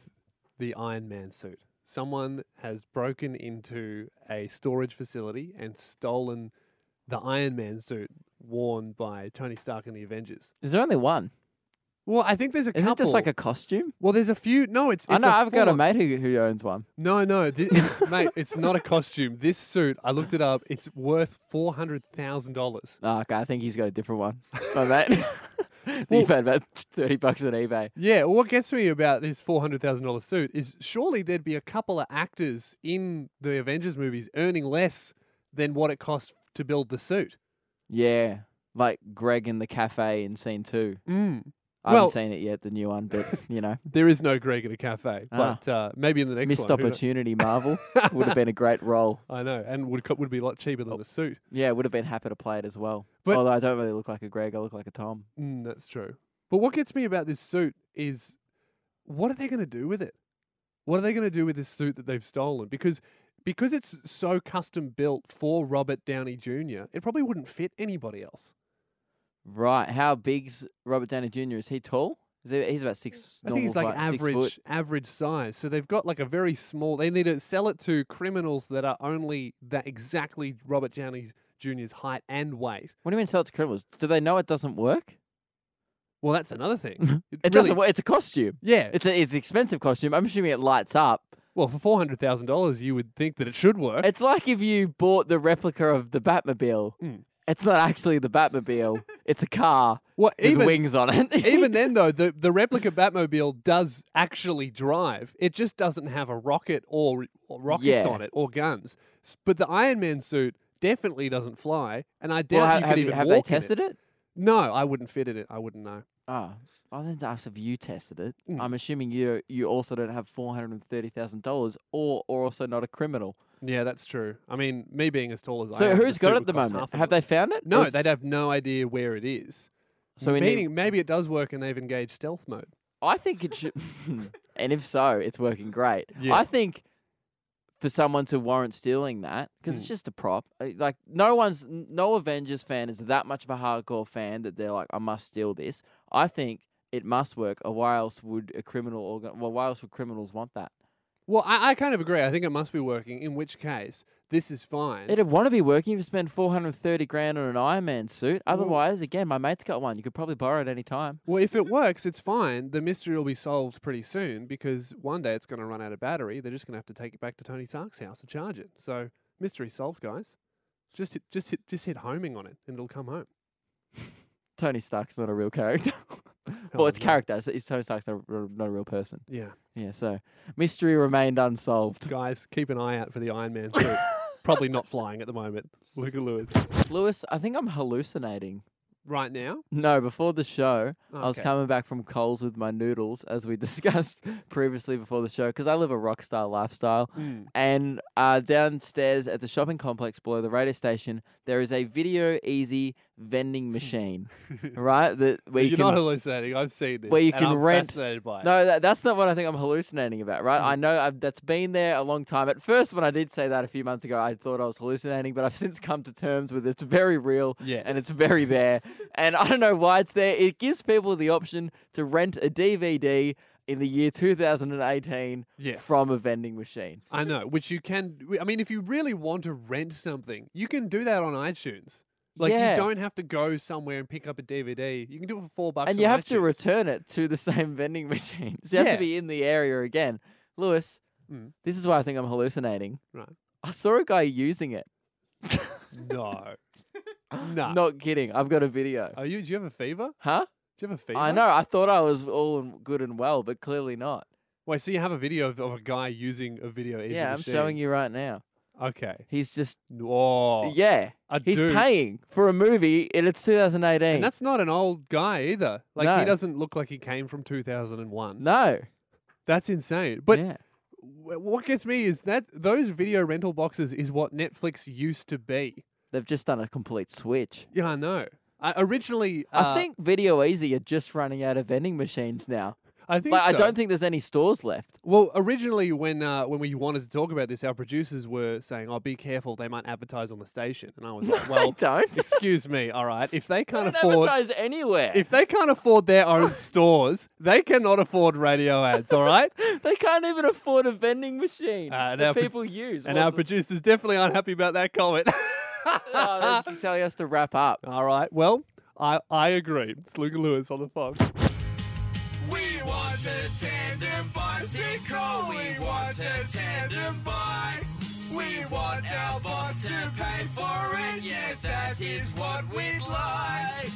the Iron Man suit. Someone has broken into a storage facility and stolen the Iron Man suit worn by Tony Stark in the Avengers. Is there only one? Well, I think there's a Is couple. it just like a costume? well, there's a few. No, it's. I it's know a I've got a full-on- mate who, who owns one. No, no, thi- it's, mate, it's not a costume. This suit, I looked it up. It's worth four hundred thousand dollars. Oh, okay, I think he's got a different one. My mate. he Well- paid about thirty bucks on eBay. Yeah. well, What gets me about this four hundred thousand dollars suit is surely there'd be a couple of actors in the Avengers movies earning less than what it costs to build the suit. Yeah, like Greg in the cafe in scene two. Mm. I Well- haven't seen it yet, the new one, but you know, There is no Greg in a cafe, Ah. but uh, maybe in the next missed one. who kno- opportunity. Marvel would have been a great role. I know, and would co- would be a lot cheaper than Oh. the suit. Yeah, would have been happy to play it as well. But- Although I don't really look like a Greg, I look like a Tom. Mm, that's true. But what gets me about this suit is what are they going to do with it? What are they going to do with this suit that they've stolen? Because because it's so custom built for Robert Downey Jr., it probably wouldn't fit anybody else. Right. How big's Robert Downey Jr.? Is he tall? Is he, he's about six. I think he's normal like fi- six foot. average average size. So they've got like a very small. They need to sell it to criminals that are only that exactly Robert Downey Jr.'s height and weight. What do you mean sell it to criminals? Do they know it doesn't work? Well, that's another thing. Mm-hmm. It really- doesn't work. It's a costume. Yeah. It's a it's an expensive costume. I'm assuming it lights up. well, for four hundred thousand dollars, you would think that it should work. It's like if you bought the replica of the Batmobile. Mm. It's not actually the Batmobile. it's a car What with even wings on it. even then though, the the replica Batmobile does actually drive. It just doesn't have a rocket or, or rockets Yeah. on it or guns. S- But the Iron Man suit definitely doesn't fly, and I doubt well, ha- you could have, even have walk they in it. tested it? No, I wouldn't fit in it. I wouldn't know. Ah, Oh, I didn't ask if you tested it. Mm. I'm assuming you you also don't have four hundred and thirty thousand dollars, or or also not a criminal. Yeah, that's true. I mean, me being as tall as I so am, the who's suit got it would at the cost moment? half a Have million. they found it? No, Or is they'd it- have no idea where it is. So we meaning need, maybe it does work, and they've engaged stealth mode. I think it should. and if so, it's working great. Yeah. I think for someone to warrant stealing that, because it's Mm. just a prop. uh, Like no one's, n- no Avengers fan is that much of a hardcore fan that they're like, I must steal this. I think it must work, or why else would a criminal organ? Well, why else would criminals want that? Well, I, I kind of agree. I think it must be working. In which case, this is fine. It'd want to be working if you spend 430 grand on an Iron Man suit. Otherwise, again, my mate's got one. You could probably borrow it any time. Well, if it works, it's fine. The mystery will be solved pretty soon because one day it's going to run out of battery. They're just going to have to take it back to Tony Stark's house to charge it. So mystery solved, guys. Just hit, just hit, just hit homing on it, and it'll come home. Tony Stark's not a real character. Oh, well, it's no. character. It's, it's Tony Stark's not, a- not a real person. Yeah, Yeah, so mystery remained unsolved. guys, keep an eye out for the Iron Man suit. Probably not flying at the moment. Luca Lewis. Lewis, I think I'm hallucinating. Right now, No, before the show, I was Okay. coming back from Coles with my noodles, as we discussed previously before the show, because I live a rock star lifestyle. Mm. And uh, downstairs at the shopping complex below the radio station, there is a Video Easy vending machine, right? That where you're you can not hallucinating. I've seen this. where you and can I'm rent- Fascinated by it. No, that, that's not what I think I'm hallucinating about, right? Mm. I know I've, that's been there a long time. At first, when I did say that a few months ago, I thought I was hallucinating, but I've since come to terms with it's very real Yes. and it's very there. and I don't know why it's there. It gives people the option to rent a DVD in the year 2018 Yes. from a vending machine. I know, which you can. I mean, if you really want to rent something, you can do that on iTunes. Like Yeah. you don't have to go somewhere and pick up a DVD. You can do it for four bucks. and you on have to iTunes. return it to the same vending machine. So you have Yeah. to be in the area again. Lewis, Mm. this is why I think I'm hallucinating. Right. I saw a guy using it. No, no. Not kidding. I've got a video. Are you? Do you have a fever? Huh? Do you have a fever? I know. I thought I was all and good and well, but clearly not. Wait, so you have a video of, of a guy using a video? Easy yeah, I'm showing you right now. Okay. He's just Oh, yeah. a He's dude. paying for a movie, and it's 2018. And that's not an old guy either. Like he No. doesn't look like he came from 2001. no. That's insane. But yeah. wh- what gets me is that those video rental boxes is what Netflix used to be. they've just done a complete switch. Yeah, I know. I originally, uh, I think Video Easy are just running out of vending machines now. I think. Like, I so. don't think there's any stores left. Well, originally, when uh, when we wanted to talk about this, our producers were saying, "Oh, be careful, they might advertise on the station," and I was like, They "Well, don't. excuse me, all right. If they They can't don't afford, advertise anywhere. if they can't afford their own stores, they cannot afford radio ads, all right." they can't even afford a vending machine Uh, and our that pro- people use. And What our the- producers definitely aren't happy about that comment. oh, that's telling us to wrap up. all right. Well, I I agree. It's Luca Lewis on the Fox. We want the tandem bicycle. We want the tandem bike. We want our boss to pay for it. Yes, that is what we'd like.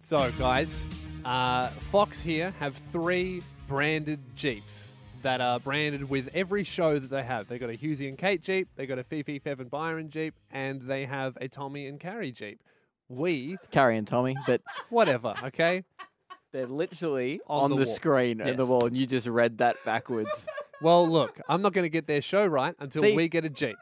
So, guys, uh, Fox here have three branded Jeeps that are branded with every show that they have. They got a Husey and Kate Jeep, they got a Fifi, Fev and Byron Jeep, and they have a Tommy and Carrie Jeep. We, Carrie and Tommy, but whatever, okay? They're literally On on, the the, wall. screen at the Yes. wall, and you just read that backwards. Well, look, I'm not going to get their show right until See- we get a Jeep.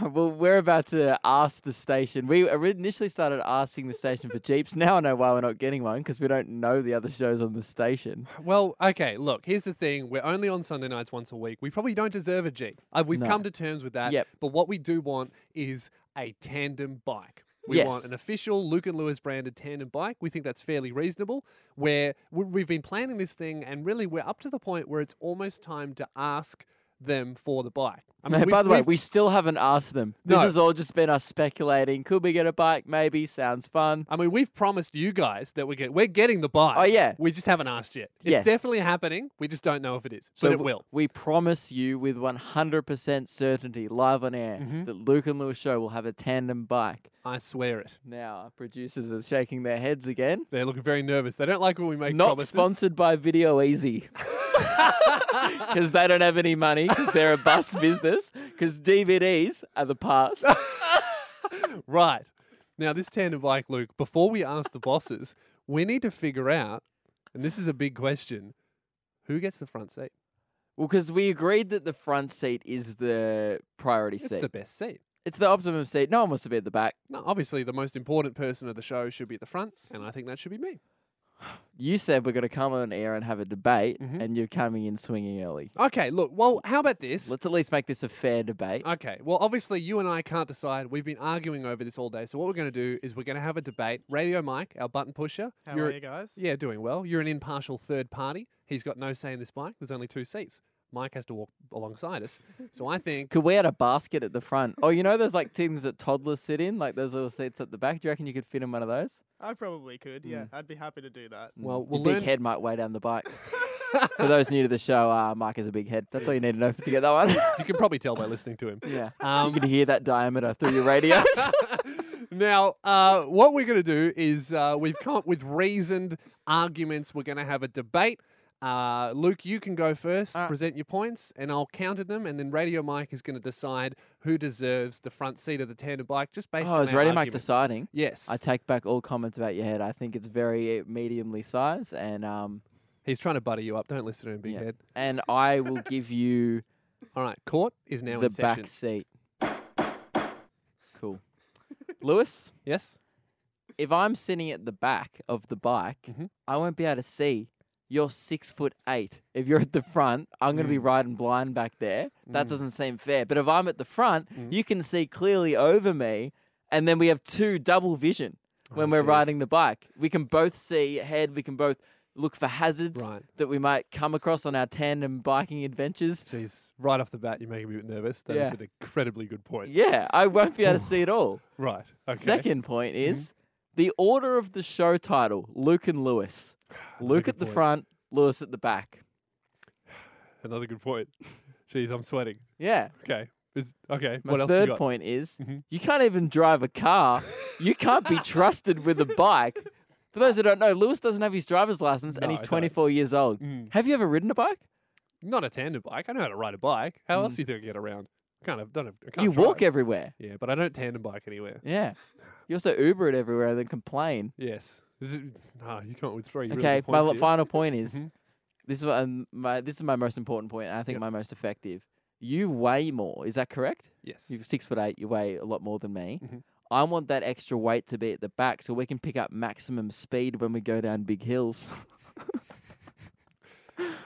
well, we're about to ask the station. We ori- initially started asking the station for Jeeps. Now I know why we're not getting one because we don't know the other shows on the station. Well, okay, look, here's the thing. We're only on Sunday nights once a week. We probably don't deserve a Jeep. Uh, we've No. come to terms with that. Yep. But what we do want is a tandem bike. We Yes. want an official Luke and Lewis branded tandem bike. We think that's fairly reasonable. Where we- we've been planning this thing, and really, we're up to the point where it's almost time to ask them for the bike. I No, by we've- the way, we've- we still haven't asked them. This No. has all just been us speculating. Could we get a bike? Maybe. Sounds fun. I mean, we've promised you guys that we're get, we're getting the bike. Oh, yeah. we just haven't asked yet. It's Yes. definitely happening. We just don't know if it is, but it w- will. We promise you with 100% certainty, live on air, Mm-hmm. that Luke and Lewis show will have a tandem bike. I swear it. Now, our producers are shaking their heads again. They're looking very nervous. They don't like when we make Not promises. sponsored by Video Easy. Because they don't have any money, because they're a bust business, because DVDs are the past. Right. Now, this tandem bike, Luke, before we ask the bosses, we need to figure out, and this is a big question, who gets the front seat? well, because we agreed that the front seat is the priority It's seat. the best seat. it's the optimum seat. No one wants to be at the back. Now, obviously, the most important person of the show should be at the front, and I think that should be me. You said we're going to come on air and have a debate, Mhm. and you're coming in swinging early. Okay, look, well, how about this? Let's at least make this a fair debate. Okay. Well, obviously, you and I can't decide. We've been arguing over this all day. So what we're going to do is we're going to have a debate. Radio Mike, our button pusher. How you're- are you guys? Yeah, doing well. You're an impartial third party. He's got no say in this bike. There's only two seats. Mike has to walk alongside us. So I think. Could we add a basket at the front? Oh, you know those like things that toddlers sit in, like those little seats at the back. Do you reckon you could fit in one of those? I probably could. Yeah, Mm. I'd be happy to do that. Well, Mm. Your we'll big learn- head might weigh down the bike. For those new to the show, uh, Mike is a big head. That's all you need to know to get that one. You can probably tell by listening to him. yeah, Um, you can hear that diameter through your radios. Now, uh, what we're going to do is uh, we've come up with reasoned arguments. We're going to have a debate. Uh, Luke, you can go first, All right. present your points, and I'll counter them. And then Radio Mike is going to decide who deserves the front seat of the tandem bike, just based oh, on is our Radio Mike arguments. deciding? Yes, I take back all comments about your head. I think it's very uh, mediumly sized, and um, he's trying to butter you up. Don't listen to him, big Yeah. head. and I will give you All right, court is now the in session. back seat. Cool, Lewis. Yes, if I'm sitting at the back of the bike, Mhm. I won't be able to see. You're six foot eight. If you're at the front, I'm going to Mm. be riding blind back there. That doesn't seem fair. But if I'm at the front, Mm. you can see clearly over me, and then we have two double vision when Oh, we're jeez. riding the bike. We can both see ahead. We can both look for hazards Right. that we might come across on our tandem biking adventures. jeez, right off the bat, you're making me a bit nervous. That is Yeah. an incredibly good point. Yeah, I won't be able to see it all. Right. Okay. Mm-hmm. Second point is the order of the show title Luke and Lewis. Luke good at the point. front, Lewis at the back. Another good point. Jeez, I'm sweating. Yeah. Okay. Is, okay. My what else? you third got? point is Mhm. you can't even drive a car. you can't be trusted with a bike. For those who don't know, Lewis doesn't have his driver's license No, and I he's don't. 24 years old. Mm. Have you ever ridden a bike? Not a tandem bike. I know how to ride a bike. How else do you think I get around? Kind of. Don't. Have, I can't Mm. you walk drive. everywhere. Yeah, but I don't tandem bike anywhere. Yeah. You also Uber it everywhere and then complain. Yes. This is, oh, you can't with three. okay, Really good my points l- here. final point is Mhm. this is what, um, my this is my most important point, and I think Yep. my most effective. You weigh more. Is that correct? Yes. You're six foot eight. You weigh a lot more than me. Mhm. I want that extra weight to be at the back, so we can pick up maximum speed when we go down big hills.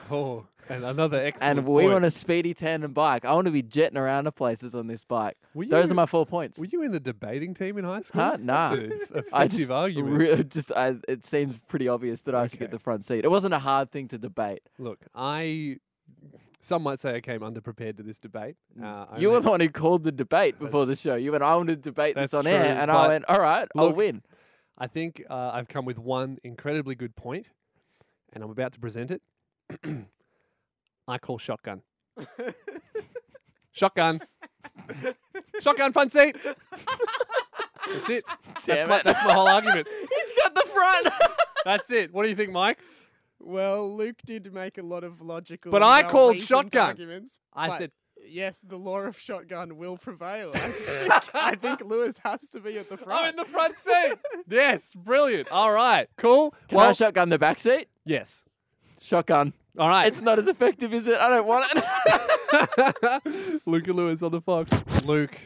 Oh, and another excellent. and we point. want a speedy tandem bike. I want to be jetting around to places on this bike. Were Those you- are my four points. Were you in the debating team in high school? Huh? Nah. That's a f- I offensive just, argument. re- just I, it seems pretty obvious that I should get Okay. the front seat. It wasn't a hard thing to debate. Look, I. Some might say I came underprepared to this debate. Uh, I Mm. you were only- the one who called the debate before the That's- show. You went, I want to debate this That's on true, air, and I but went, all right, I'll look, win. I think uh, I've come with one incredibly good point, and I'm about to present it. I call shotgun. shotgun. shotgun front seat. That's it. That's Damn my, it. that's my whole argument. He's got the front. That's it. What do you think, Mike? Well, Luke did make a lot of logical, But and I called well-reasoned shotgun. Arguments, I but said yes, the law of shotgun will prevail. I think, I think Lewis has to be at Oh, the front. I'm in the front seat. yes, brilliant. All right, cool. Can I shotgun the back seat? yes. Shotgun. All right. It's not as effective, is it? I don't want it. Luca Lewis on the Fox. Luke.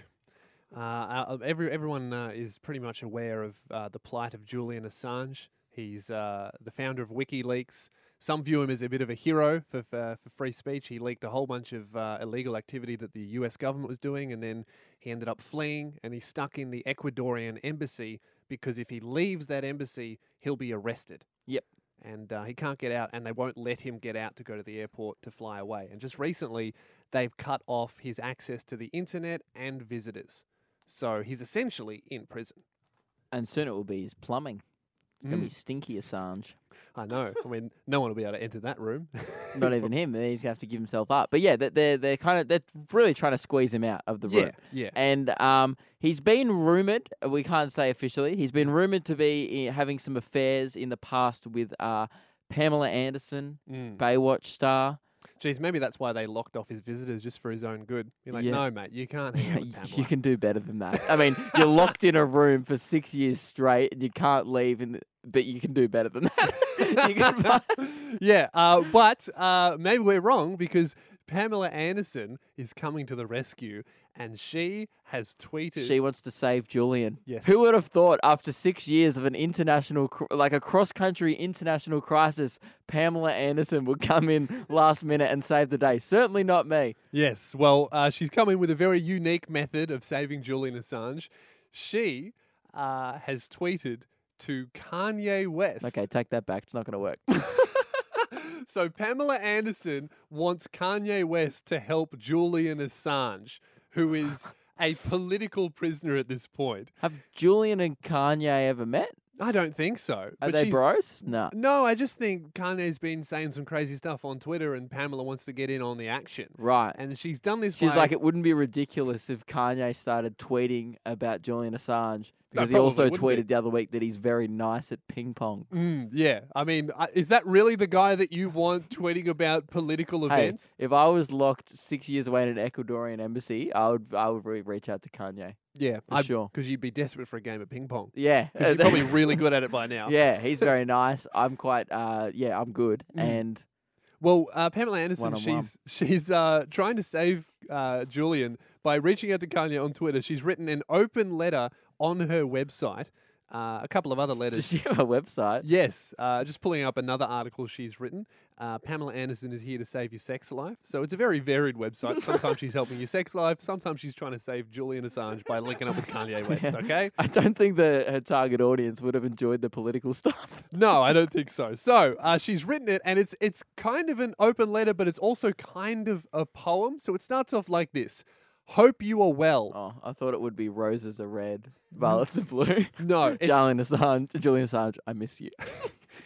Uh, uh, every, everyone uh, is pretty much aware of uh, the plight of Julian Assange. He's uh, the founder of WikiLeaks. Some view him as a bit of a hero for, for, for free speech. He leaked a whole bunch of uh, illegal activity that the US government was doing, and then he ended up fleeing and he's stuck in the Ecuadorian embassy because if he leaves that embassy, he'll be arrested yep. and uh, he can't get out, and they won't let him get out to go to the airport to fly away. And just recently, they've cut off his access to the internet and visitors. So he's essentially in prison. And soon it will be his plumbing. Mm. It's gonna be stinky Assange. I know. I mean, no one will be able to enter that room. Not even him. He's gonna have to give himself up. But yeah, that they're they're kind of they're really trying to squeeze him out of the room. yeah. And um, he's been rumored. uh, We can't say officially. He's been rumored to be eh, having some affairs in the past with uh, Pamela Anderson, Mm. Baywatch star. Geez, maybe that's why they locked off his visitors just for his own good. You're like, Yeah. no, mate, you can't hang out with Pamela. you can do better than that. I mean, you're locked in a room for six years straight, and you can't leave. And but you can do better than that. you can fi- yeah, uh, but uh, maybe we're wrong because Pamela Anderson is coming to the rescue, and she has tweeted. She wants to save Julian. Yes. Who would have thought after six years of an international, cr- like a cross country international crisis, Pamela Anderson would come in last minute and save the day? Certainly not me. Yes, well, uh, she's come in with a very unique method of saving Julian Assange. She uh, has tweeted to Kanye West. Okay, take that back. It's not going to work. So Pamela Anderson wants Kanye West to help Julian Assange, who is a political prisoner at this point. have Julian and Kanye ever met? I don't think so. Are but they she's- bros? No. No, I just think Kanye's been saying some crazy stuff on Twitter, and Pamela wants to get in on the action. Right. And she's done this. She's by- like, it wouldn't be ridiculous if Kanye started tweeting about Julian Assange because he probably also wouldn't be. tweeted the other week that he's very nice at ping pong. Mm, yeah, I mean, I- is that really the guy that you want tweeting about political Hey, events? if I was locked six years away in an Ecuadorian embassy, I would I would really reach out to Kanye. yeah, for sure. Because you'd be desperate for a game of ping pong. Yeah, Because you're probably really good at it by now. yeah, he's very nice. I'm quite uh yeah, I'm good. And Well, uh, Pamela Anderson, One-on-one. she's she's uh, trying to save uh, Julian by reaching out to Kanye on Twitter. She's written an open letter on her website. Uh, a couple of other does letters. she have a website? Yes, uh, just pulling up another article she's written. Uh, Pamela Anderson is here to save your sex life. So it's a very varied website. Sometimes she's helping your sex life. Sometimes she's trying to save Julian Assange by linking up with Kanye West. Okay? I don't think that her target audience would have enjoyed the political stuff. No, I don't think so. So uh, she's written it, and it's it's kind of an open letter, but it's also kind of a poem. So it starts off like this: Hope you are well. Oh, I thought it would be roses are red, violets are blue. No, it's- Mm. Julian Assange, Julian Assange, I miss you.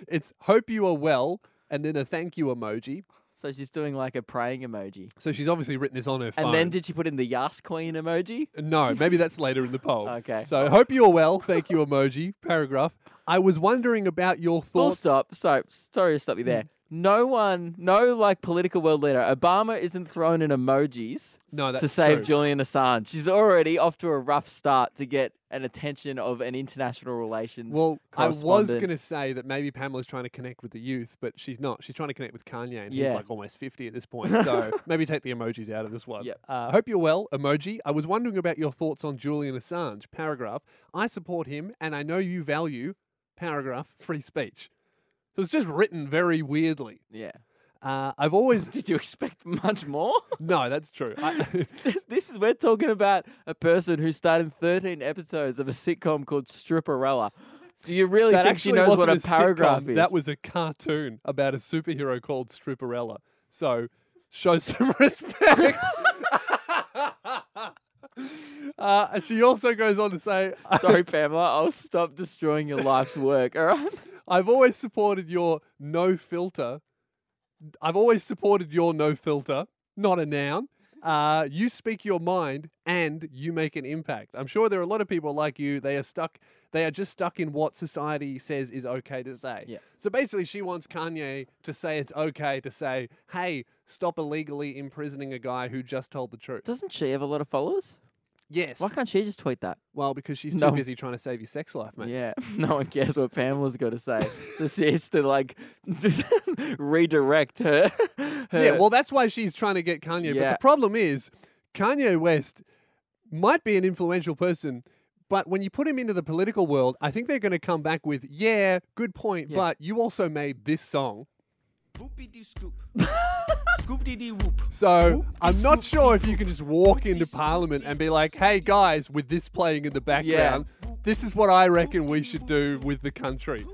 It's hope you are well, and then a thank you emoji. so she's doing like a praying emoji, So she's obviously written this on her phone. and then did she put in the Yas Queen emoji? No, maybe that's later in the poll. Okay. So hope you're well. Thank you emoji. Paragraph. I was wondering about your Full thoughts. stop. Sorry, sorry to stop you Hmm. there. No one, no like political world leader. Obama isn't thrown in emojis No, that's to save true. Julian Assange. She's already off to a rough start to get an attention of an international relations. Well, I was correspondent. going to say that maybe Pamela's trying to connect with the youth, but she's not. She's trying to connect with Kanye, and Yeah. he's like almost 50 at this point. So maybe take the emojis out of this one. Yep. Uh, hope you're well, emoji. I was wondering about your thoughts on Julian Assange, paragraph. I support him, and I know you value, paragraph, free speech. So it's just written very weirdly. Yeah. Uh, I've always. Did you expect much more? no, that's true. I, this is we're talking about a person who starred in 13 episodes of a sitcom called Stripperella. Do you really that think she actually knows wasn't what a, a paragraph sitcom, is? That was a cartoon about a superhero called Stripperella. So show some respect. uh, she also goes on to say, Sorry, Pamela. I'll stop destroying your life's work. All right. "I've always supported your no filter. I've always supported your no filter, not a noun, Uh, you speak your mind and you make an impact. I'm sure there are a lot of people like you. They are stuck. They are just stuck in what society says is okay to say. Yeah. So basically, she wants Kanye to say it's okay to say, "Hey, stop illegally imprisoning a guy who just told the truth." Doesn't she have a lot of followers? yes. Why can't she just tweet that? Well, because she's too No. busy trying to save your sex life, mate. Yeah, no one cares what Pamela's got to say, so she has to like redirect her. her Yeah, well, that's why she's trying to get Kanye. But Yeah. the problem is, Kanye West might be an influential person, but when you put him into the political world, I think they're going to come back with, yeah, good point, Yeah. but you also made this song. Whoopity scoop. Scoop dee dee whoop. So Whoop I'm de not scoop sure de if you can whoop. just walk Whoop de into scoop Parliament de and be like, hey, guys, with this playing in the background, this is what I reckon we should do with the country.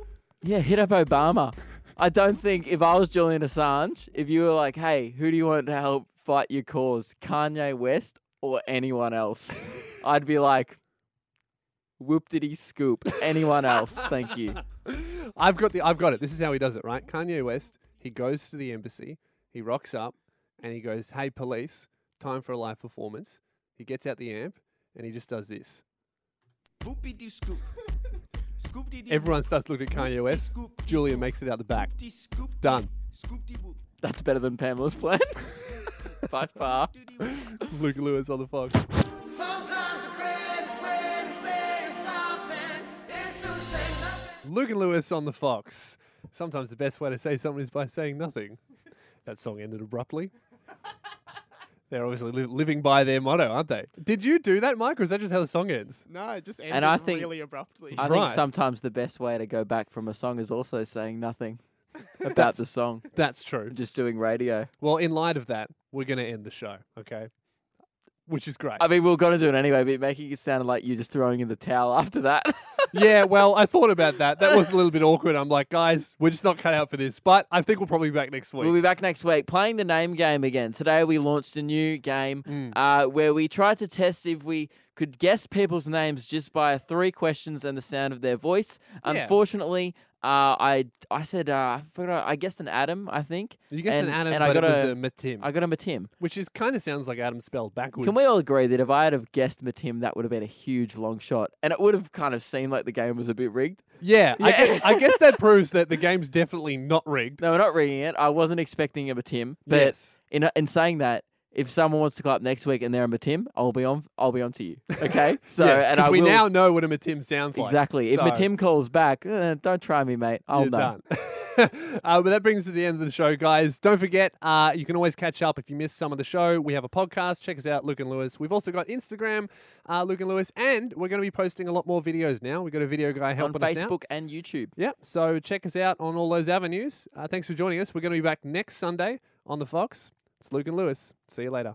yeah, hit up Obama. I don't think if I was Julian Assange, if you were like, "Hey, who do you want to help fight your cause, Kanye West or anyone else?" I'd be like, "Whoop diddy scoop, anyone else? Thank you." I've got the I've got it. This is how he does it, right? Kanye West, he goes to the embassy, he rocks up, and he goes, Hey police, time for a live performance. He gets out the amp and he just does this. Whoopity scoop. Scoop dee dee. Everyone starts looking at Kanye West. Julian makes it out the back. Scoop dee. Done. Scoop dee whoop. That's better than Pamela's plan. By far. Doo dee whoop. Luke Lewis on the Fox. Sometimes the greatest way to say something is to say nothing. Luke and Lewis on the Fox. Sometimes the best way to say something is by saying nothing. That song ended abruptly. They're obviously li- living by their motto, aren't they? Did you do that, Mike, or is that just how the song ends? No, it just ended And I think- really abruptly. I Right. think sometimes the best way to go back from a song is also saying nothing about the song, That's true. just doing radio. Well, in light of that, we're going to end the show, okay? Which is great. I mean, we are going to do it anyway, but making it sound like you're just throwing in the towel after that. yeah, well, I thought about that. That was a little bit awkward. I'm like, guys, we're just not cut out for this. But I think we'll probably be back next week. We'll be back next week playing the name game again. Today we launched a new game Mm. uh, where we tried to test if we could guess people's names just by three questions and the sound of their voice. Yeah. Unfortunately, uh, I I said uh, I forgot I guessed an Adam I think. you guessed and- an Adam, and but I got it was a- a Matim, I got him a Tim. which is kind of sounds like Adam spelled backwards. Can we all agree that if I had have guessed Matim, that would have been a huge long shot, and it would have kind of seemed like the game was a bit rigged. yeah, I, Yeah. guess, I guess that proves that the game's definitely not rigged. No, we're not rigging it. I wasn't expecting a Matim, but Yes. in in saying that, if someone wants to call up next week and they're a Matim, I'll be on. I'll be on to you. Okay. So Yes, and 'cause I we will now know what a Matim sounds like. exactly. If So- Matim calls back, eh, don't try me, mate. I'll You're know. done. uh, but that brings us to the end of the show, guys. Don't forget, uh, you can always catch up if you missed some of the show. We have a podcast. Check us out, Luke and Lewis. We've also got Instagram, uh, Luke and Lewis, and we're going to be posting a lot more videos now. We've got a video guy On helping us out. Facebook and YouTube. Yep. So check us out on all those avenues. Uh, thanks for joining us. We're going to be back next Sunday on the Fox. It's Luke and Lewis. See you later.